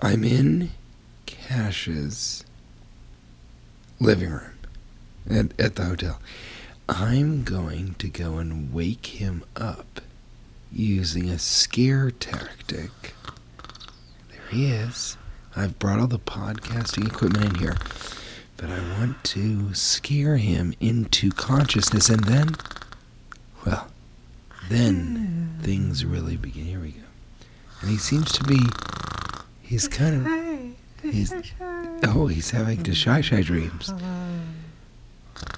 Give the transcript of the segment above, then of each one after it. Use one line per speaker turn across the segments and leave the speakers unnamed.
I'm in Cash's living room at, at the hotel. I'm going to go and wake him up using a scare tactic. There he is. I've brought all the podcasting equipment in here, but I want to scare him into consciousness and then, well, then things really begin. Here we go. And he seems to be, he's kind of. He's, oh, he's having the shy shy dreams.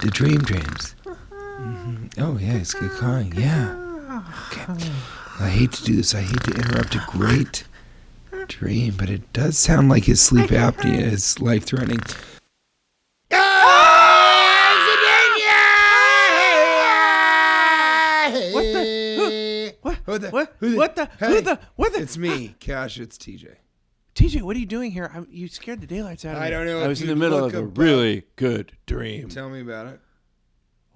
The dream dreams. hmm Oh yeah, it's good calling. Yeah. Okay. I hate to do this. I hate to interrupt a great dream, but it does sound like his sleep apnea is life threatening.
What the? Who, what?
Who the-
What?
who the-
What the?
hey,
Who the? What the?
It's me, Cash. It's TJ.
TJ, what are you doing here? I'm, you scared the daylights out of me.
I don't know
I
if
was in
you'd
the middle
look
of a
above-
really good dream.
Tell me about it.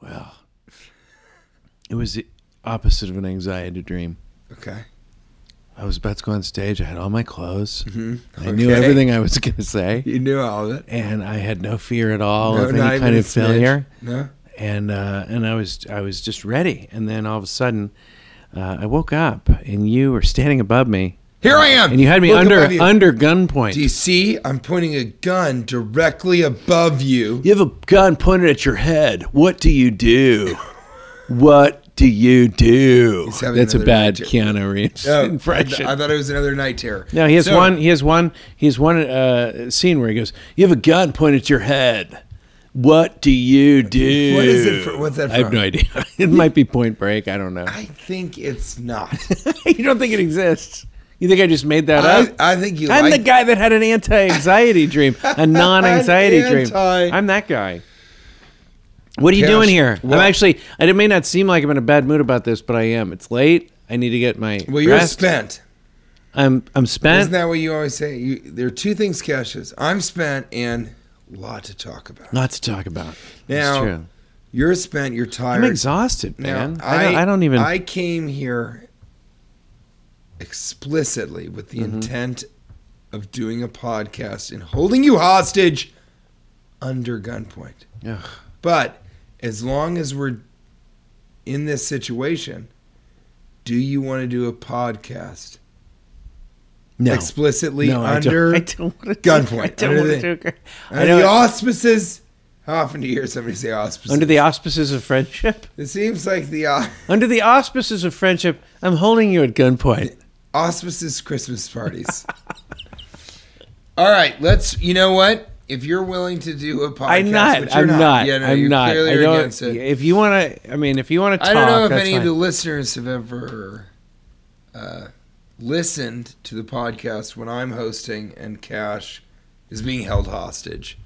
Well, it was the opposite of an anxiety dream.
Okay.
I was about to go on stage. I had all my clothes. I
Mm-hmm. Okay.
knew everything I was going to say,
You knew all of it.
and I had no fear at all of
not
any
even
kind
a
of
smidge.
failure.
No.
and uh, and I was I was just ready, and then all of a sudden, uh, I woke up and you were standing above me,
Here I am.
and you had me
Look above
under
you.
under gunpoint.
Do you see? I'm pointing a gun directly above you.
You have a gun pointed at your head. What do you do? What do you do?
having
That's a
another
bad
major-
Keanu Reeves
Oh,
impression.
I thought it was another night terror.
no, he has
So-
one. He has one. He has one uh, scene where he goes, "You have a gun pointed at your head. What do you do?"
What is it for- what's that
I have
from?
no idea. it might be Point Break. I don't know.
I think it's not.
you don't think it exists? You think I just made that
I,
up?
I think you.
I'm the
like-
guy that had an anti-anxiety dream, a non-anxiety
An
dream.
anti-
I'm that guy. What are you
Cash-
doing here?
Well-
I'm actually. I- It may not seem like I'm in a bad mood about this, but I am. It's late. I need to get my
Well, you're
rest.
spent.
I'm I'm
Isn't
spent.
that what you always say? You, there are two things, Cash is. I'm spent and a lot to talk about.
Not to talk about. That's
Now,
true.
You're spent. You're
I'm
tired.
exhausted,
Now,
man. I, don't, I don't even.
I came here explicitly with the
Mm-hmm.
intent of doing a podcast and holding you hostage under gunpoint.
Ugh.
But as long as we're in this situation, do you want to do a podcast
no.
explicitly
no, I
under
don't, I don't want to
gunpoint?
I don't
Under the-
want to do. I
under the
know,
auspices? How often do you hear somebody say auspices?
under the auspices of friendship.
it seems like the au-
Under the auspices of friendship, I'm holding you at gunpoint.
auspices Christmas parties. All right, let's. You know what? If you're willing to do a podcast,
I'm
which
not.
you're
I'm not.
Yeah, no,
I'm
you
not.
clearly
I
are
don't-
against it.
If you want to, I mean, if you want to talk,
I don't know if
that's
any of
fine.
the listeners have ever uh, listened to the podcast when I'm hosting and Cash is being held hostage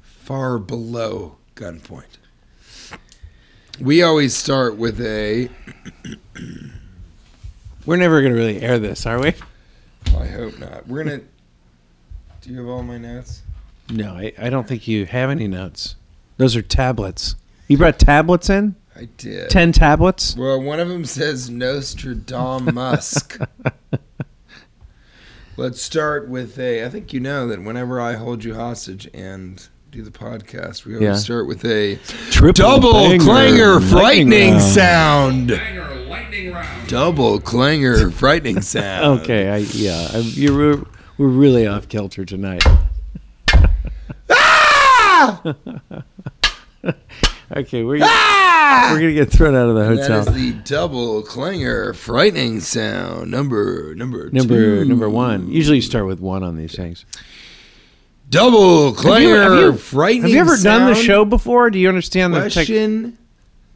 far below gunpoint. We always start with a.
We're never going to really air this, are we?
I hope not. We're gonna. Do you have all my notes?
No, I, I don't think you have any notes. Those are tablets. You brought tablets in?
I did.
Ten tablets?
Well, one of them says Nostradamus. Let's start with a. I think you know that whenever I hold you hostage and do the podcast, we always
Yeah.
start with a
Triple
double
banger.
clanger,
Lightning
frightening
round.
sound.
banger lightning round.
Double clanger, frightening sound.
Okay, I, yeah, I, you were we're really off kilter tonight.
Ah!
Okay, we're,
Ah!
we're gonna get thrown out of the hotel.
That is the double clanger, frightening sound. Number number
number
two.
number one. Usually, you start with one on these things.
Double
Have you-
clanger,
have you-
frightening.
Have you ever done the
sound.
show before? Do you understand the tech-
Question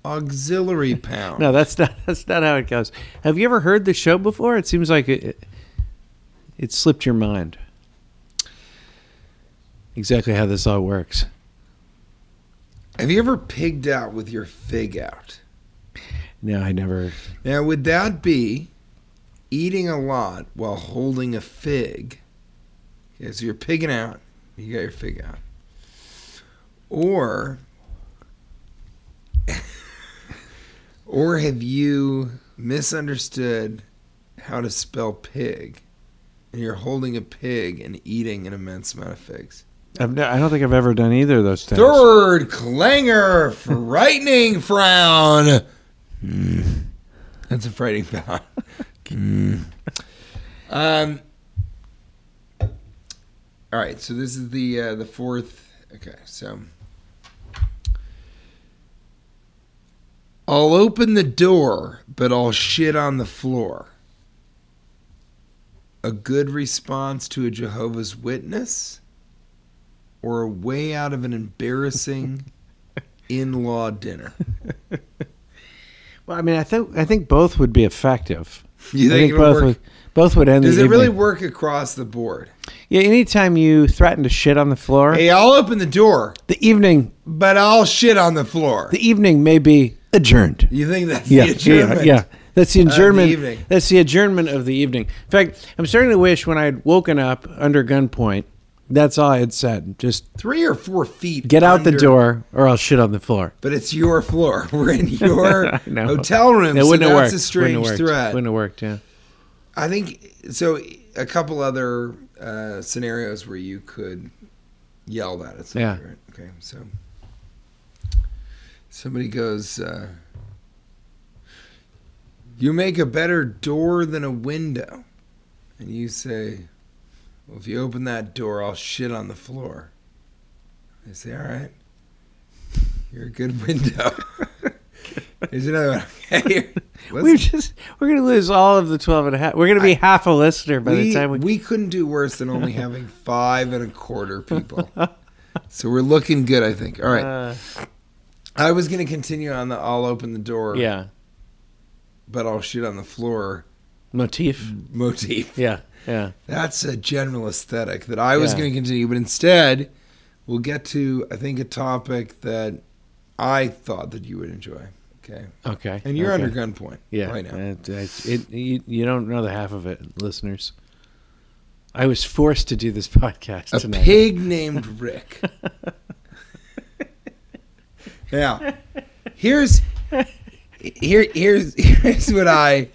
auxiliary pound.
No, that's not that's not how it goes. Have you ever heard the show before? It seems like it it, it slipped your mind. Exactly how this all works.
Have you ever pigged out with your fig out?
No, I never.
Now, would that be eating a lot while holding a fig? Okay, so you're pigging out, you got your fig out. Or, or have you misunderstood how to spell pig? And you're holding a pig and eating an immense amount of figs.
I've ne- I don't think I've ever done either of those things.
Third clanger, frightening frown. That's a frightening frown. Um. All right, so this is the uh, the fourth. Okay, so I'll open the door, but I'll shit on the floor. A good response to a Jehovah's Witness, or a way out of an embarrassing in-law dinner.
Well, I mean, I think I think both would be effective.
You
I
think
think
it'll
both
work?
would both would end.
Does
the
it really
evening.
work across the board?
Yeah. Anytime you threaten to shit on the floor,
Hey, I'll open the door,
the evening
but I'll shit on the floor.
the evening may be adjourned.
You think that's
yeah,
the
yeah,
adjournment?
Yeah, that's the
the
adjournment.
evening.
that's the adjournment of the evening. In fact, I'm starting to wish when I'd woken up under gunpoint, that's all I had said. Just
Three or four feet.
get out the
under-
door, or I'll shit on the floor.
But it's your floor. We're in your
I know.
hotel room.
That
so
wouldn't
that's
have worked.
a strange
wouldn't have worked.
threat.
Wouldn't have worked. Yeah.
I think so. A couple other uh, scenarios where you could yell that at somebody.
Yeah.
Right? Okay. So somebody goes, uh, "You make a better door than a window," and you say, "Well, if you open that door, I'll shit on the floor." They say, "All right, you're a good window." Here's another one. Okay. Let's-
We're just we're gonna lose all of the twelve and a half. We're gonna be half a listener by
we,
the time we.
we... couldn't do worse than only having five and a quarter people. so we're looking good, I think. All right.
uh,
I was going to continue on the I'll open the door,
yeah.
but I'll shoot on the floor Mm.
Motif.
motif.
Yeah. Yeah.
That's a general aesthetic that I was
Yeah.
going to continue, but instead, we'll get to, I think, a topic that I thought that you would enjoy. Okay.
Okay.
And you're
okay.
under gunpoint
Yeah,
right now.
It, it, it- you, you don't know the half of it, listeners. I was forced to do this podcast
a
tonight.
pig named Rick. now, here's here here's here's what I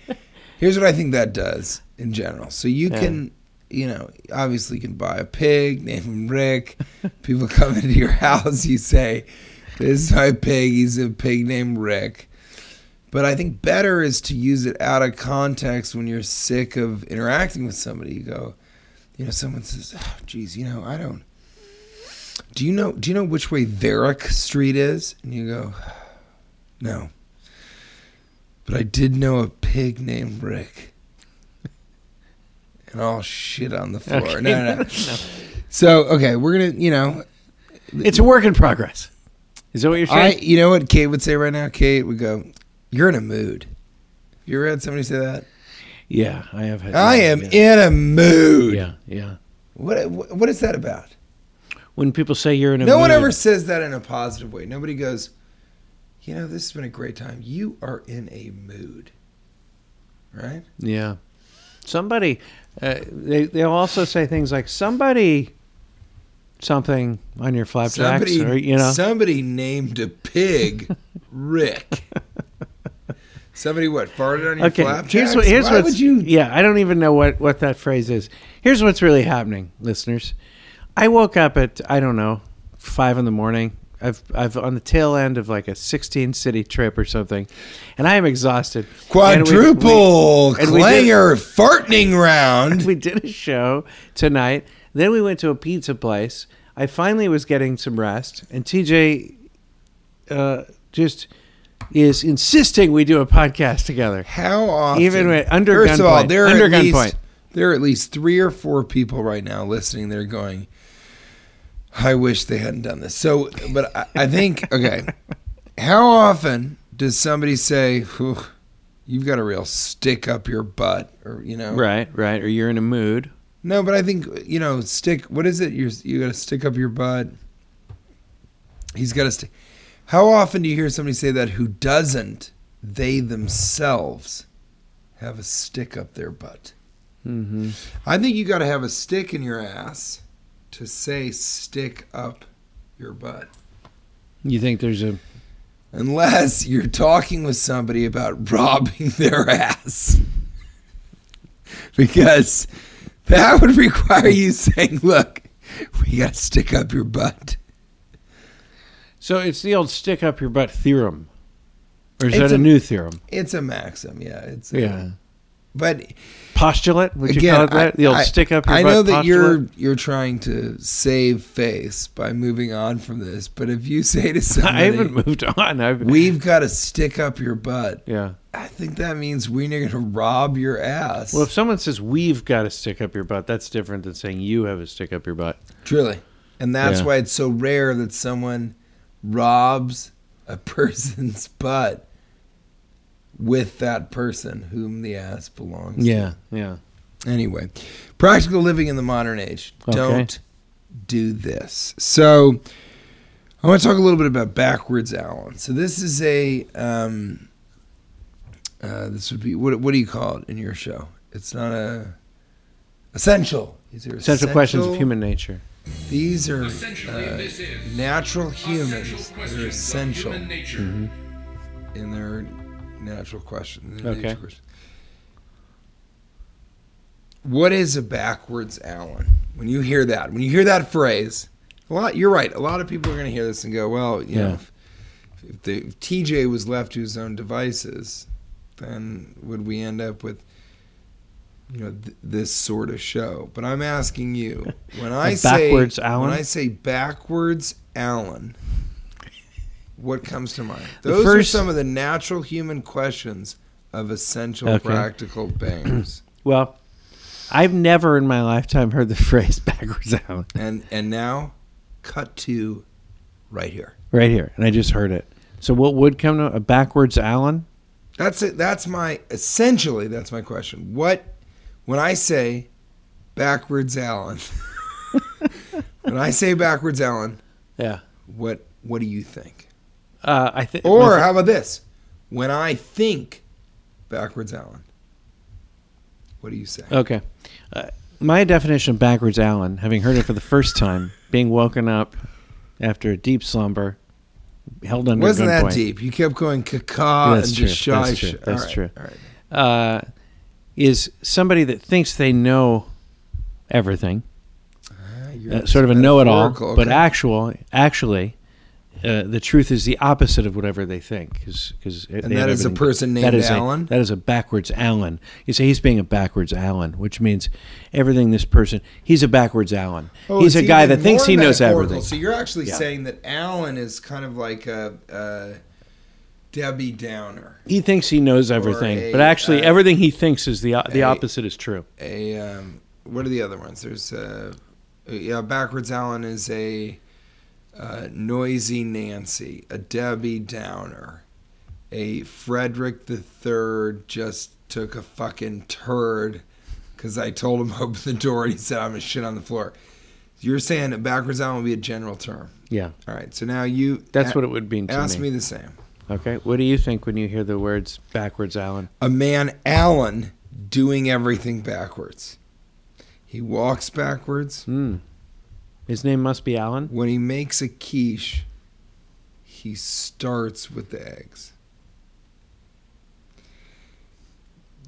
here's what I think that does in general. So you
Yeah.
can you know obviously you can buy a pig, name him Rick. People come into your house, you say, "This is my pig. He's a pig named Rick." But I think better is to use it out of context when you're sick of interacting with somebody. You go, you know, someone says, "Oh, geez, you know, I don't." Do you know? Do you know which way Varick Street is? And you go, no. But I did know a pig named Rick. And all shit on the floor.
Okay.
No, no, no. So okay, we're gonna, you know,
It's a work in progress. Is that what you're
I,
saying?
you know what Kate would say right now? Kate would go, "You're in a mood." You ever had somebody say that?
yeah, I have. Had,
I am
Yeah,
in a mood.
yeah, yeah.
What, what what is that about?
When people say you're in a
no one
mood-
ever says that in a positive way. Nobody goes, "You know, this has been a great time. You are in a mood." Right?
Yeah, somebody. Uh, they they'll also say things like somebody, something on your flapjacks,
Somebody,
or you know,
somebody named a pig Rick. Somebody what farted on your
Okay.
flapjacks?
Here's what. Here's
Why
what's-
would you?
Yeah, I don't even know what what that phrase is. Here's what's really happening, listeners. I woke up at I don't know five in the morning. I've I've on the tail end of like a 16 city trip or something, and I am exhausted. And we- we-
Quadruple
and we did-
clanger farting round.
we did a show tonight. Then we went to a pizza place. I finally was getting some rest, and TJ uh, just is insisting we do a podcast together.
How often?
Even with- under
First of all,
gunpoint.
there are
Under
at least,
gunpoint.
There are at least three or four people right now listening. They're going, "I wish they hadn't done this." So, but I, I think okay. How often does somebody say, "Whew, "You've got a real stick up your butt," or you know,
Right, right. Or you're in a mood.
No, but I think you know, stick. What is it? You're, you got to stick up your butt. He's got to stick. How often do you hear somebody say that who doesn't? They themselves have a stick up their butt.
hmm
I think you got to have a stick in your ass to say stick up your butt.
You think there's a
Unless you're talking with somebody about robbing their ass. because that would require you saying, look, we got to stick up your butt.
so it's the old stick up your butt theorem, or is
It's
that a,
a-
new theorem?
It's a maxim, yeah. It's
Yeah,
but
postulate. Would you
again,
call it that?
I-
the old
I-
stick up your
I
butt.
know that you're
postulate?
you're trying to save face by moving on from this, but if you say to
I haven't
somebody,
moved on. I've
"We've got to stick up your butt,"
yeah.
I think that means we're going to rob your ass.
Well, if someone says we've got a stick up your butt, that's different than saying you have a stick up your butt.
Truly. And that's
Yeah.
why it's so rare that someone robs a person's butt with that person whom the ass belongs
yeah.
to. Anyway, practical living in the modern age.
Okay.
Don't do this. So I want to talk a little bit about backwards Allen. So this is a um uh, this would be what what do you call it in your show? It's not a essential. These are
Central questions of
essential-
human nature.
these are
Essentially,
uh,
this is
natural humans.
essential
They're
questions of
essential
human nature.
in their natural question. their
Okay.
nature question. What is a backwards Allen? When you hear that, when you hear that phrase, a lot. You're right. A lot of people are going to hear this and go, "Well, you know,
Yeah.
if, if, the, if TJ was left to his own devices, then would we end up with?" You know th- this sort of show, but I'm asking you when I say
backwards Allen?
When I say backwards Allen, what comes to mind?
The
Those
first-
are some of the natural human questions of essential
Okay.
practical bangers.
Well, I've never in my lifetime heard the phrase backwards Allen
and and now, cut to right here.
right here, and I just heard it. So what would come to a backwards Allen?
That's it. That's my essentially. That's my question. What when I say backwards Allen? when I say backwards Allen,
Yeah.
what what do you think?
Uh, I think.
Or how about this? When I think backwards Allen, what do you say?
Okay. Uh, my definition of backwards Allen, having heard it for the first time, being woken up after a deep slumber, held under
Wasn't that
gunpoint.
deep? You kept going caca
That's
and
true.
just shy.
That's true.
shit.
That's
All right.
true.
All right.
Uh, is somebody that thinks they know everything,
Ah, you're
uh, sort of a know-it-all,
metaphorical.
but
Okay.
actual, actually, uh, the truth is the opposite of whatever they think. Cause, 'cause it-
And
they
that
have
is a
everything-
person named
that is a-
Alan?
that is a backwards Allen. You say he's being a backwards Allen, which means everything this person, he's a backwards Allen.
Oh,
he's a
it's
guy
even
that thinks
more
he knows
metaphorical.
everything.
So you're actually
Yeah.
saying that Alan is kind of like a, a Debbie Downer,
He thinks he knows everything,
a,
but actually,
uh,
everything he thinks is the o the
a-
opposite is true.
a um, what are the other ones? There's a, yeah, backwards Alan is a uh, noisy Nancy, a Debbie Downer, a Frederick the Third just took a fucking turd because I told him open the door and he said I'm gonna shit on the floor. You're saying that backwards Alan would be a general term.
Yeah,
All right, so now you
that's
a-
what it would mean to
Ask me
me.
the same.
Okay, what do you think when you hear the words backwards Allen?
A man, Alan, doing everything backwards. He walks backwards.
Hmm. His name must be Allen.
When he makes a quiche, he starts with the eggs.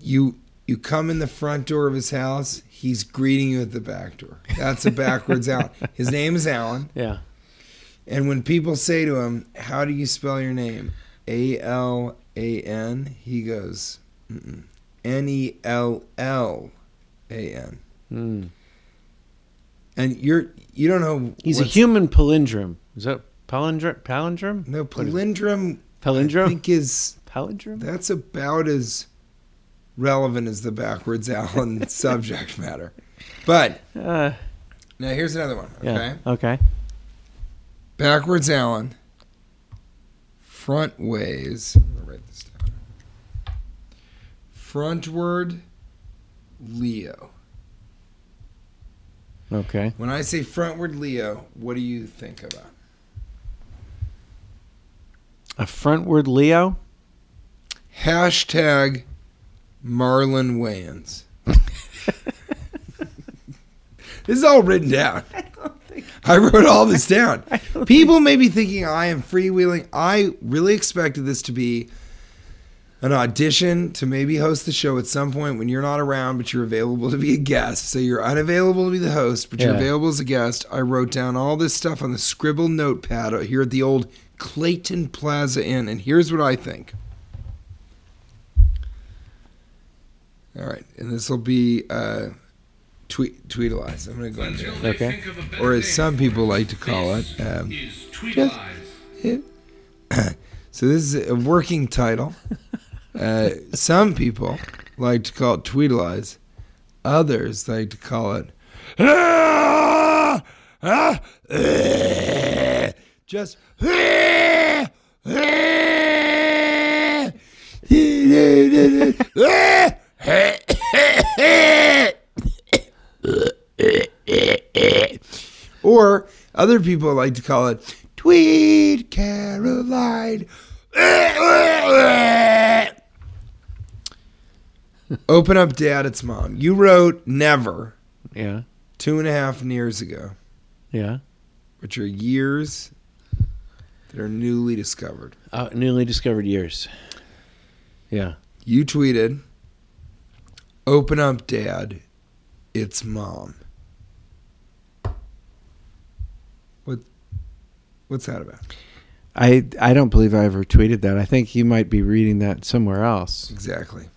You you come in the front door of his house, he's greeting you at the back door. That's a backwards Alan. His name is Alan.
Yeah.
And when people say to him, "How do you spell your name?" A L A N, he goes "Mm-mm. N E L L A N.
Hmm.
And you're you don't know.
He's a
what's-
human palindrome. Is that palindrome? Palindrome?
No,
What is-
palindrome. I
Palindrome?
think is
Palindrome?
that's about as relevant as the backwards Allen subject matter. But
Uh,
now here's another one. Okay,
yeah. Okay.
backwards Allen. Front ways. I'm gonna write this down. Frontward, Leo.
Okay.
When I say frontward Leo, what do you think about?
A frontward Leo?
Hashtag Marlon Wayans. this is all written down. I wrote all this down. People may be thinking I am freewheeling. I really expected this to be an audition to maybe host the show at some point when you're not around, but you're available to be a guest. So you're unavailable to be the host, but you're
Yeah.
available as a guest. I wrote down all this stuff on the scribble notepad out here at the old Clayton Plaza Inn, and here's what I think. All right, and this will be uh, tweet tweetalize. I'm going to go into it,
Okay.
or as some people like to call it. Um, just- so this is a working title. Uh, some people like to call it tweetalize. Others like to call it. Just. Or other people like to call it Tweet Caroline. Open up dad, it's mom. You wrote never
Yeah.
two and a half years ago,
Yeah.
which are years that are newly discovered.
Uh, newly discovered years. Yeah.
You tweeted, Open up dad, it's mom. What, what's that about?
I I don't believe I ever tweeted that. I think you might be reading that somewhere else.
Exactly.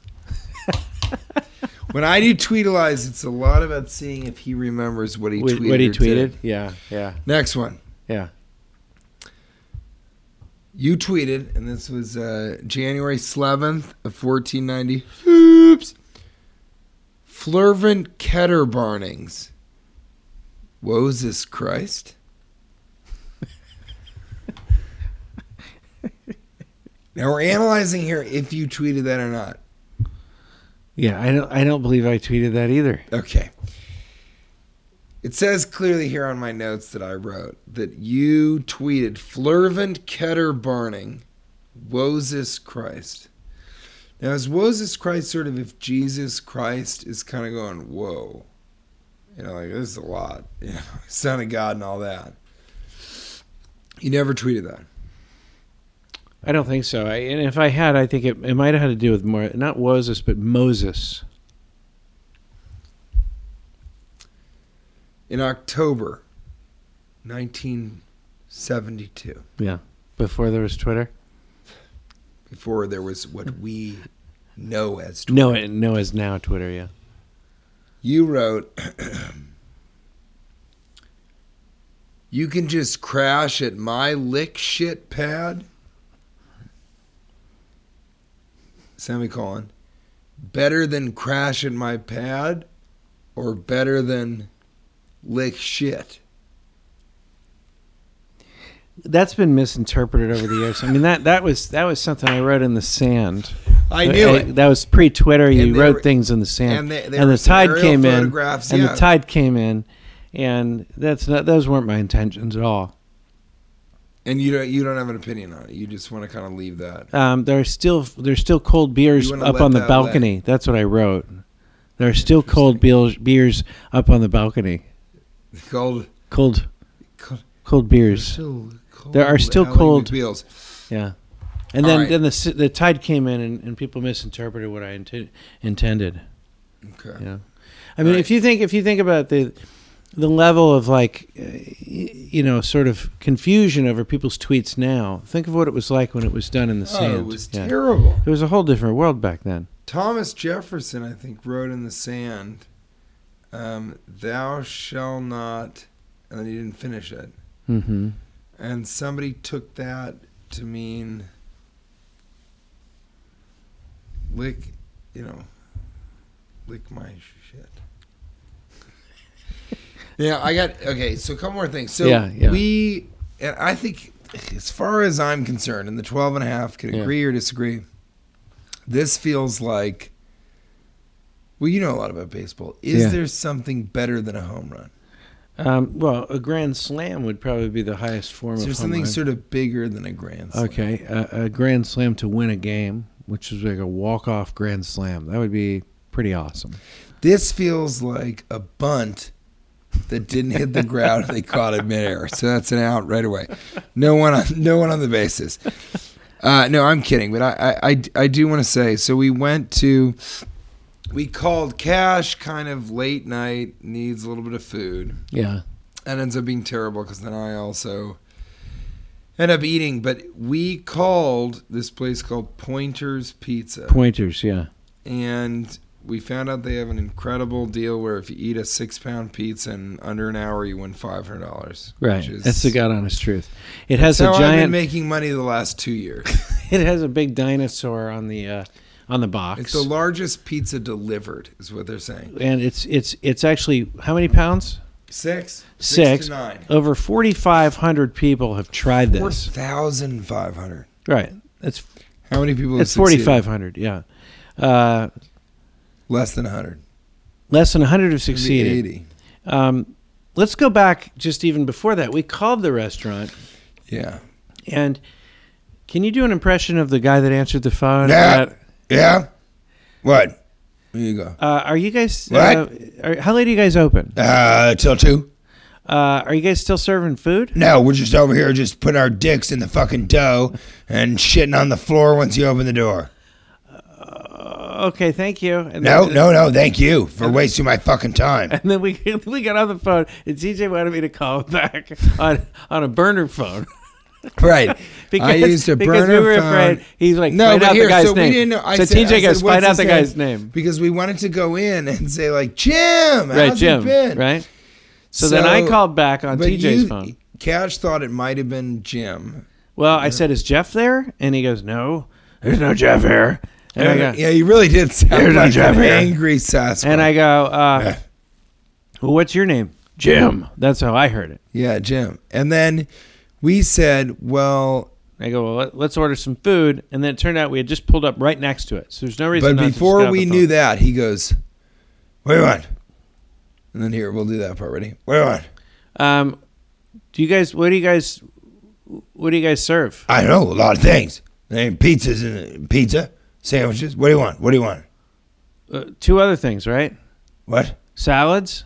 when I do tweetalize, it's a lot about seeing if he remembers what he
What
tweeted.
what he
or did.
tweeted? Yeah. Yeah.
Next one.
Yeah.
You tweeted, and this was uh, January 11th of 1490. Oops. Flervent Ketter Barnings. Woes is Christ. now we're analyzing here if you tweeted that or not.
Yeah. I don't. I don't believe I tweeted that either.
Okay. It says clearly here on my notes that I wrote that you tweeted Flervent Keter Barning, Woesus Christ. Now, is Woesus Christ sort of if Jesus Christ is kind of going, whoa? You know, like, this is a lot. You know, Son of God and all that. You never tweeted that.
I don't think so. I, and if I had, I think it, it might have had to do with more not Moses, but Moses.
In October 1972,
Yeah. Before there was Twitter.
before there was what we know as Twitter.
No. It, no. Is now Twitter. Yeah.
You wrote, You can just crash at my lick shit pad. Semicolon. Better than crash at my pad or better than lick shit.
That's been misinterpreted over the years. I mean that that was that was something I wrote in the sand. Uh,
I knew it.
That was pre-Twitter. You
they
wrote
were-
things in the sand,
and
and,
they- they were
the tide
aerial
came in,
photographs,
and
yeah.
the tide came in, and that's not those weren't my intentions at all.
And you don't you don't have an opinion on it. You just want to kind of leave that.
Um, there are still there's still cold beers
You wanna
up
let
on the
that
balcony. That's what I wrote. There are still cold beers beers up on the balcony.
Cold,
Cold
cold,
cold beers.
still cold
There are still
Ally
cold-
McBeals.
Yeah. And
All
then,
right.
then the s- the tide came in and, and people misinterpreted what I inten- intended.
Okay.
Yeah, I mean,
Right.
if you think if you think about the the level of like uh, y- you know sort of confusion over people's tweets now, think of what it was like when it was done in the
Oh,
sand.
it was
Yeah.
terrible.
It was a whole different world back then.
Thomas Jefferson, I think, wrote in the sand, um, "Thou shall not and then he didn't finish it.
Mm-hmm.
And somebody took that to mean lick, you know, lick my shit. yeah, I got okay. So a couple more things. So
Yeah, yeah.
we, and I think, as far as I'm concerned, and the 12 and a half can
Yeah.
agree or disagree. This feels like. Well, you know a lot about baseball. Is
Yeah.
there something better than a home run?
Um, well, a grand slam would probably be the highest form
Is
of
there
home
something
run.
sort of bigger than a grand slam?
Okay, a, a grand slam to win a game, which is like a walk-off grand slam. That would be pretty awesome.
This feels like a bunt that didn't hit the ground. They caught it midair, so that's an out right away. No one, on, no one on the bases. Uh, no, I'm kidding, but I, I, I, I do want to say. So we went to, we called Cash kind of late night, needs a little bit of food.
Yeah.
That ends up being terrible because then I also end up eating. But we called this place called Pointer's Pizza
Pointers, yeah.
and we found out they have an incredible deal where if you eat a six pound pizza in under an hour, you win five hundred dollars.
Right. That's the god honest truth. It has a
So I've been
giant
making money the last two years.
it has a big dinosaur on the uh, on the box.
it's the largest pizza delivered, is what they're saying.
and it's it's it's actually how many pounds?
Six,
Six.
to nine,
Over 4500 people have tried
four
this.
thousand five hundred.
Right. It's
How many people? have
it's
succeeded?
4500, yeah. Uh,
Less than hundred.
less than 100 have succeeded.
Eighty.
Um, let's go back just even before that. We called the restaurant,
Yeah.
and can you do an impression of the guy that answered the phone?
Yeah.
Uh,
Yeah. What? Here you go.
Uh, are you guys?
What?
Uh, are, how late are you guys open?
Uh, till two.
Uh, are you guys still serving food?
No, we're just over here just putting our dicks in the fucking dough and shitting on the floor once you open the door.
Okay, thank you. And
No,
then,
no, no, thank you for wasting my fucking time.
And then we we got on the phone, and CJ wanted me to call him back on on a burner phone.
Right.
Because, because we were afraid he's like
No,
find
but
out
here,
the guy's
so
name.
we didn't know. I
so
said, I
TJ goes
said,
find
"What's
out
his
the guy's name.
Because we wanted to go in and say, like, Jim, how's
Right,
it
Jim.
been?
Right. So, then I called back on
but
TJ's
you-
phone.
Cash thought it might have been Jim.
Well, I said, "Is Jeff there?" And he goes, "No, there's no Jeff here." And I go,
yeah, he really did sound
Here's a
like
Jeff
an
here.
angry Sasquatch.
and I go uh, well, "What's your name?" Jim. That's how I heard it.
yeah, Jim. And then we said, well,
I go, well, let- let's order some food. And then it turned out we had just pulled up right next to it. So there's no
But
reason not to just get
before
off
we
the
knew
phone.
that, he goes, "Wait a minute," and then here we'll do that part. Ready? Wait a minute.
Um, do you guys, what do you guys, what do you guys serve?
I know a lot of things. There ain't pizzas and pizza sandwiches. What do you want? What do you want?
Uh, two other things, right?
What?
Salads?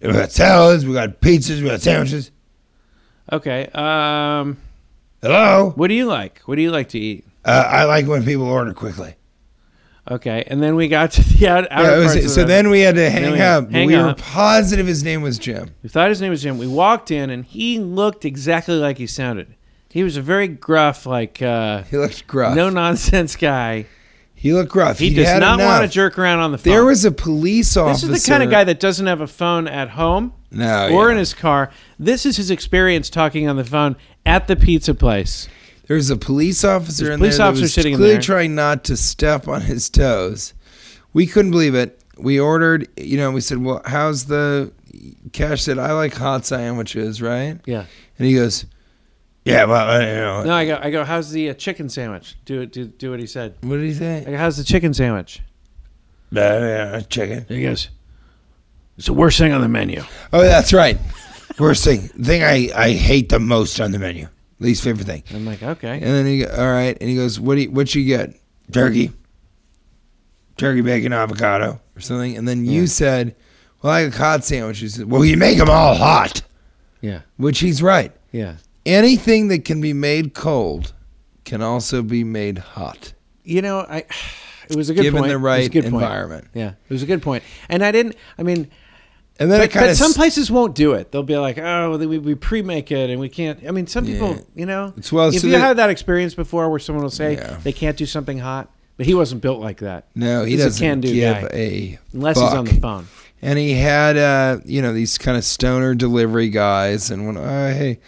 We got salads. We got pizzas. We got sandwiches.
Okay. Um,
Hello.
what do you like? What do you like to eat?
Uh, I like when people order quickly.
Okay. And then we got to the out, outer
Yeah, it was-
parts of
so
the-
then we had to hang
we had to
up.
hang
we
up.
were positive his name was Jim.
we thought his name was Jim. We walked in and he looked exactly like he sounded. He was a very gruff, like, uh,
He looked gruff.
no nonsense guy.
he looked gruff.
He, does
had
not want to
enough.
jerk around on the phone.
There was a police
This
officer.
is the kind of guy that doesn't have a phone at home
No,
or
yeah.
in his car. This is his experience talking on the phone at the pizza place.
There was a police officer
There's
in
police
there
officer
that was
sitting in
clearly
there.
trying not to step on his toes. We couldn't believe it. We ordered, you know, we said, "Well, how's the?" Cash said, "I like hot sandwiches, right?"
Yeah.
And he goes, "Yeah, well, uh, you know."
No, I go. I go. How's the uh, chicken sandwich? Do it. Do, do what he said.
What did he
I
say?
go, How's the chicken sandwich?
"Uh, uh, chicken.
He goes. It's the worst thing on the menu.
Oh, that's right. Worst thing, thing I I hate the most on the menu, least favorite thing.
I'm like, okay.
And then he, go- all right, and he goes, "What do you, what you get? Turkey, turkey bacon avocado or something." And then you said, "Well, I got cod sandwiches." Well, you make them all hot,
Yeah.
which he's right.
Yeah.
Anything that can be made cold can also be made hot,
You know, I. It was a good
given
point.
the
It was a
right
good point.
environment.
Yeah, it was a good point. And I didn't. I mean,
And then
but,
it kind
but
of
some places won't do it. They'll be like, "Oh, we, we pre-make it, and we can't." I mean, some people,
Yeah.
you know,
It's well-
if
so
you
the-
had that experience before, where someone will say
Yeah.
they can't do something hot, but he wasn't built like that.
no, he
he's a
doesn't
can-do
give
guy.
a
Unless he's on
fuck.
the phone.
and he had uh, you know these kind of stoner delivery guys, and when uh, hey,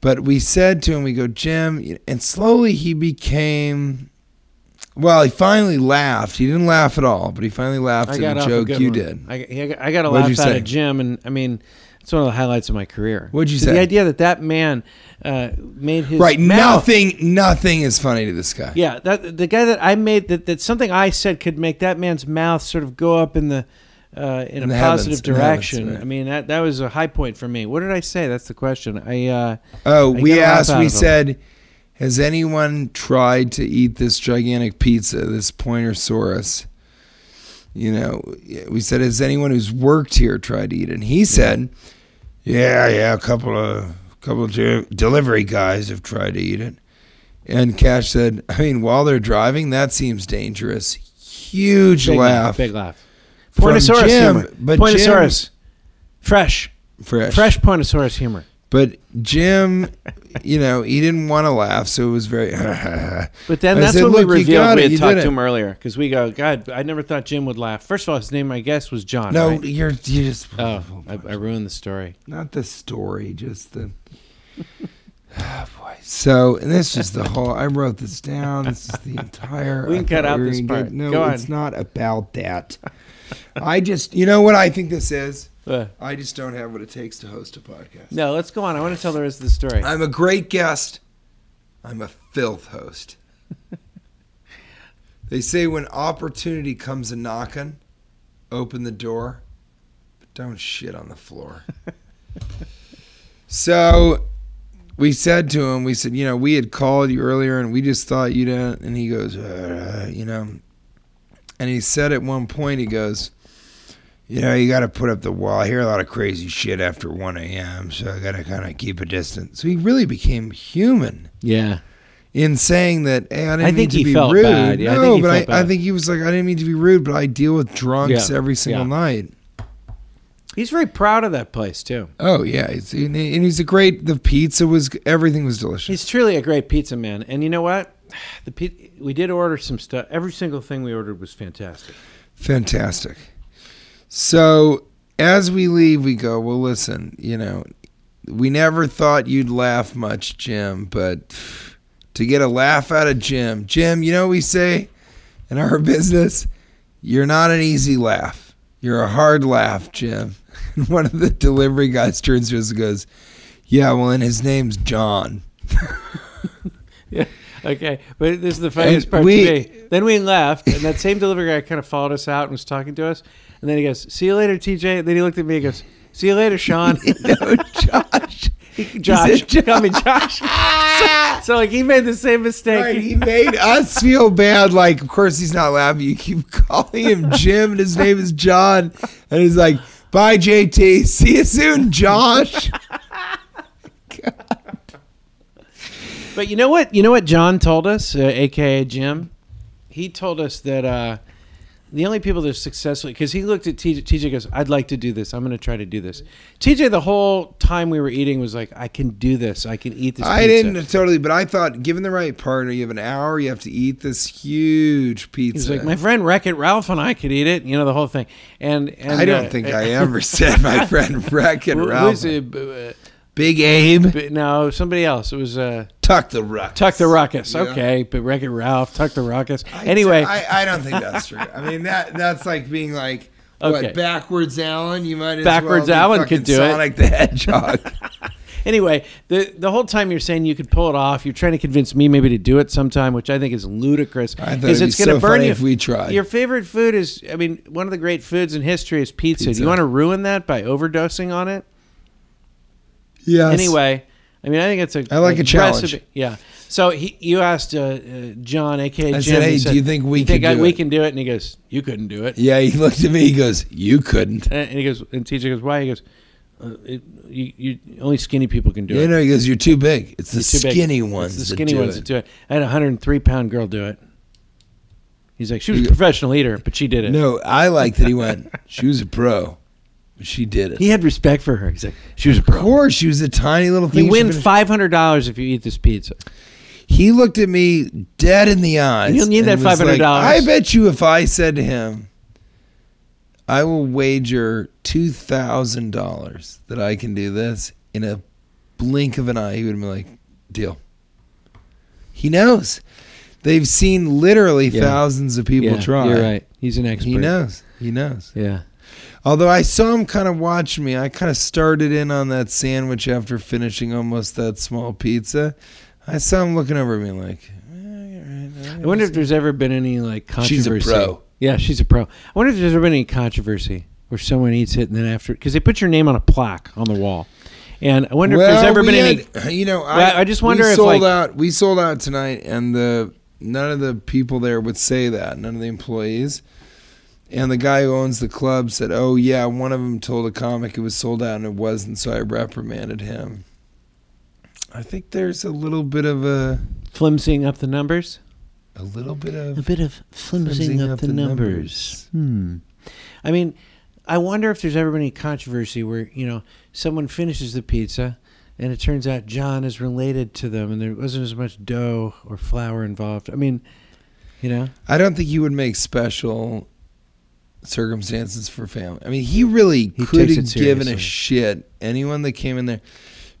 but we said to him, we go Jim, you know," and slowly he became. Well, he finally laughed. He didn't laugh at all, but he finally laughed
I
at
got
a
off a
joke
good
you
one.
did.
I, I got- I got a
What'd
laugh
you
out
say?
of Jim, and I mean, it's one of the highlights of my career.
What'd you
So
say?
The idea that that man uh, made his
Right,
mouth-
nothing, nothing is funny to this guy.
Yeah, that the guy that I made that that something I said could make that man's mouth sort of go up in the uh, in,
In
a
the heavens,
positive
in the heavens,
direction.
right.
I mean, that that was a high point for me. What did I say? That's the question. I uh,
Oh,
I
we
get a laugh
asked,
out
we
of 'em.
said, has anyone tried to eat this gigantic pizza, this Pointersaurus? You know, we said, has anyone who's worked here tried to eat it? And he said, yeah, yeah, a couple of couple of de- delivery guys have tried to eat it. And Cash said, I mean, while they're driving, that seems dangerous. Huge
big
laugh.
big laugh.
From
Pointosaurus
Jim,
humor.
but
Pointosaurus, fresh,
Fresh.
fresh Pointosaurus humor.
But Jim, you know, he didn't want to laugh, so it was very.
But then
I
that's
said,
when we
"Look, you got
revealed
it,
we had
you
talked
did
to
it."
him earlier because we go, God, I never thought Jim would laugh. First of all, his name, I guess, was John.
No,
right?
you're you just
Oh, I, I ruined the story.
not the story, just the. Ah, boy. So and this is the whole. I wrote this down. This is the entire.
We
I
can cut
thought
out
were
this
gonna
part.
get- no,
Go on.
it's not about that. I just, you know what I think this is.
Uh,
I just don't have what it takes to host a podcast.
no, let's go on. I want to tell the rest of the story.
I'm a great guest. I'm a filth host. they say when opportunity comes a knocking, open the door, but don't shit on the floor. so we said to him, we said, you know, we had called you earlier and we just thought you didn't. And he goes, uh, you know, and he said at one point, he goes, you know, you got to put up the wall. I hear a lot of crazy shit after 1 a.m., so I got to kind of keep a distance. So he really became human
yeah.
in saying that, hey, I didn't
I
mean
think
to
he
be
felt
rude.
bad. Yeah, I
no,
think he
but
felt
I, I
bad.
think he was like, I didn't mean to be rude, but I deal with drunks
Yeah,
every single
yeah.
night.
He's very proud of that place too.
Oh, yeah. It's, and he's a great, the pizza was, everything was delicious.
He's truly a great pizza man. And you know what? The pi- we did order some stuff. Every single thing we ordered was fantastic.
Fantastic. So as we leave, we go, well, listen, you know, we never thought you'd laugh much, Jim, but to get a laugh out of Jim, Jim, you know, what we say in our business, you're not an easy laugh. You're a hard laugh, Jim. And one of the delivery guys turns to us and goes, yeah, well, and his name's John.
Yeah. Okay. But this is the funniest
And
part
we-
to me. Then we left, and that same delivery guy kind of followed us out and was talking to us. And then he goes, "See you later, TJ." then he looked at me and goes, "See you later, Sean."
no, Josh.
Josh,
He said,
call me Josh. so, so, like he made the same mistake.
Right, he made us feel bad. Like, of course, he's not laughing. You keep calling him Jim, and his name is John. And he's like, bye, JT. See you soon, Josh.
But you know what? You know what John told us, uh, aka Jim. He told us that uh, the only people that are successful because he looked at TJ. TJ goes, "I'd like to do this. I'm going to try to do this." TJ, the whole time we were eating, was like, "I can do this. I can eat this."
I
pizza."
didn't totally, but I thought, given the right partner, you have an hour, you have to eat this huge pizza.
He was like, "My friend Wreck It Ralph and I could eat it." You know the whole thing. And, and
I don't
uh,
think I ever said my friend Wreck and
Who-
Ralph.
who's it? Uh,
Big Abe,
but no, somebody else. It was uh,
Tuck the Ruck.
Tuck the Ruckus.
Yeah.
Okay, but Wreck It Ralph, Tuck the Ruckus. Anyway,
I, I don't think that's true. I mean that that's like being like
Okay.
what backwards Alan. You might as
Backwards
well be
Alan
fucking
could do it.
Sonic the Hedgehog.
Anyway, the the whole time you're saying you could pull it off, you're trying to convince me maybe to do it sometime, which I think is ludicrous.
I thought
because
it'd
it's
be
going to
so
burn
funny
you
if we tried.
Your favorite food is, I mean, one of the great foods in history is pizza. Do
Pizza.
you want to ruin that by overdosing on it?
yes.
Anyway, I mean, I think it's a
I like a challenge.
recipe- Yeah. So he, you asked uh, uh, John, aka
I
Jim,
said, "Hey,
he
do you think we
you
could
think I-
do
we
it?"
can do it?" And he goes, "You couldn't do it."
Yeah, he looked at me. He goes, "You couldn't."
And and he goes, and TJ goes, "Why?" He goes, uh, it, you, "You only skinny people can do
You
it."
know, he goes, "You're too big. It's the
It's too big.
skinny
It's
ones.
The
that
skinny
do
ones
it."
that do it. I had a 103 pound girl do it. He's like, she was a
You-
professional eater, but she did it.
No, I like that he went. She was a pro, but she did it.
He had respect for her. He's like, she was a
of
pro.
course, she was a tiny little thing.
You
She
win
finished-
$500 if you eat this pizza.
He looked at me dead in the eyes.
You'll need
and
that
was like,
$500.
I bet you if I said to him, I will wager two thousand dollars that I can do this in a blink of an eye. He would be like, "Deal." He knows. They've seen literally
Yeah.
thousands of people
Yeah,
try.
You're right. He's an expert.
He knows. He knows.
Yeah.
Although I saw him kind of watch me, I kind of started in on that sandwich after finishing almost that small pizza. I saw him looking over at me like, "Eh, all right,
I wonder if there's ever been any like
She's a
controversy.
pro.
Yeah, she's a pro. I wonder if there's ever been any controversy where someone eats it and then after because they put your name on a plaque on the wall, and I wonder if
Well,
there's ever
we
been any.
had- You know,
Well, I just wonder
we
if,
sold
like-
out. We sold out tonight, and the none of the people there would say that. None of the employees. And the guy who owns the club said, "Oh yeah, one of them told a comic it was sold out and it wasn't, so I reprimanded him." I think there's a little bit of a
flimsying up the numbers.
a little bit of
bit of
flimsying up the numbers.
Hmm. I mean, I wonder if there's ever been any controversy where you know someone finishes the pizza, and it turns out John is related to them, and there wasn't as much dough or flour involved. I mean, you know,
I don't think he would make special circumstances for family. I mean, he really
He
could
takes
have
it
given a
seriously.
shit anyone that came in there,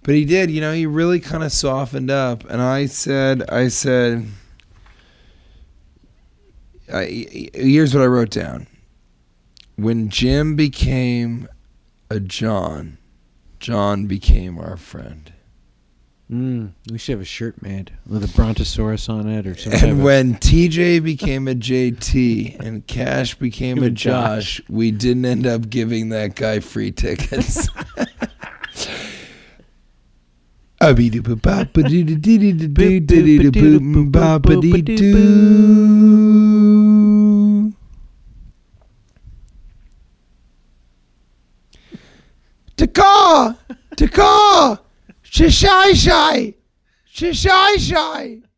but he did. You know, he really kind of softened up. And I said, I said, I, here's what I wrote down. When Jim became a John, John became our friend.
mm, we should have a shirt made with a brontosaurus on it or something.
And when TJ became a JT and Cash became a
Became a Josh.
Josh, we didn't end up giving that guy free tickets. Abidoo-ba-ba-ba-doo-doo-doo-doo-doo-ba-ba-dee-doo. Taka! Taka! Shishai Shai! Shishai Shai!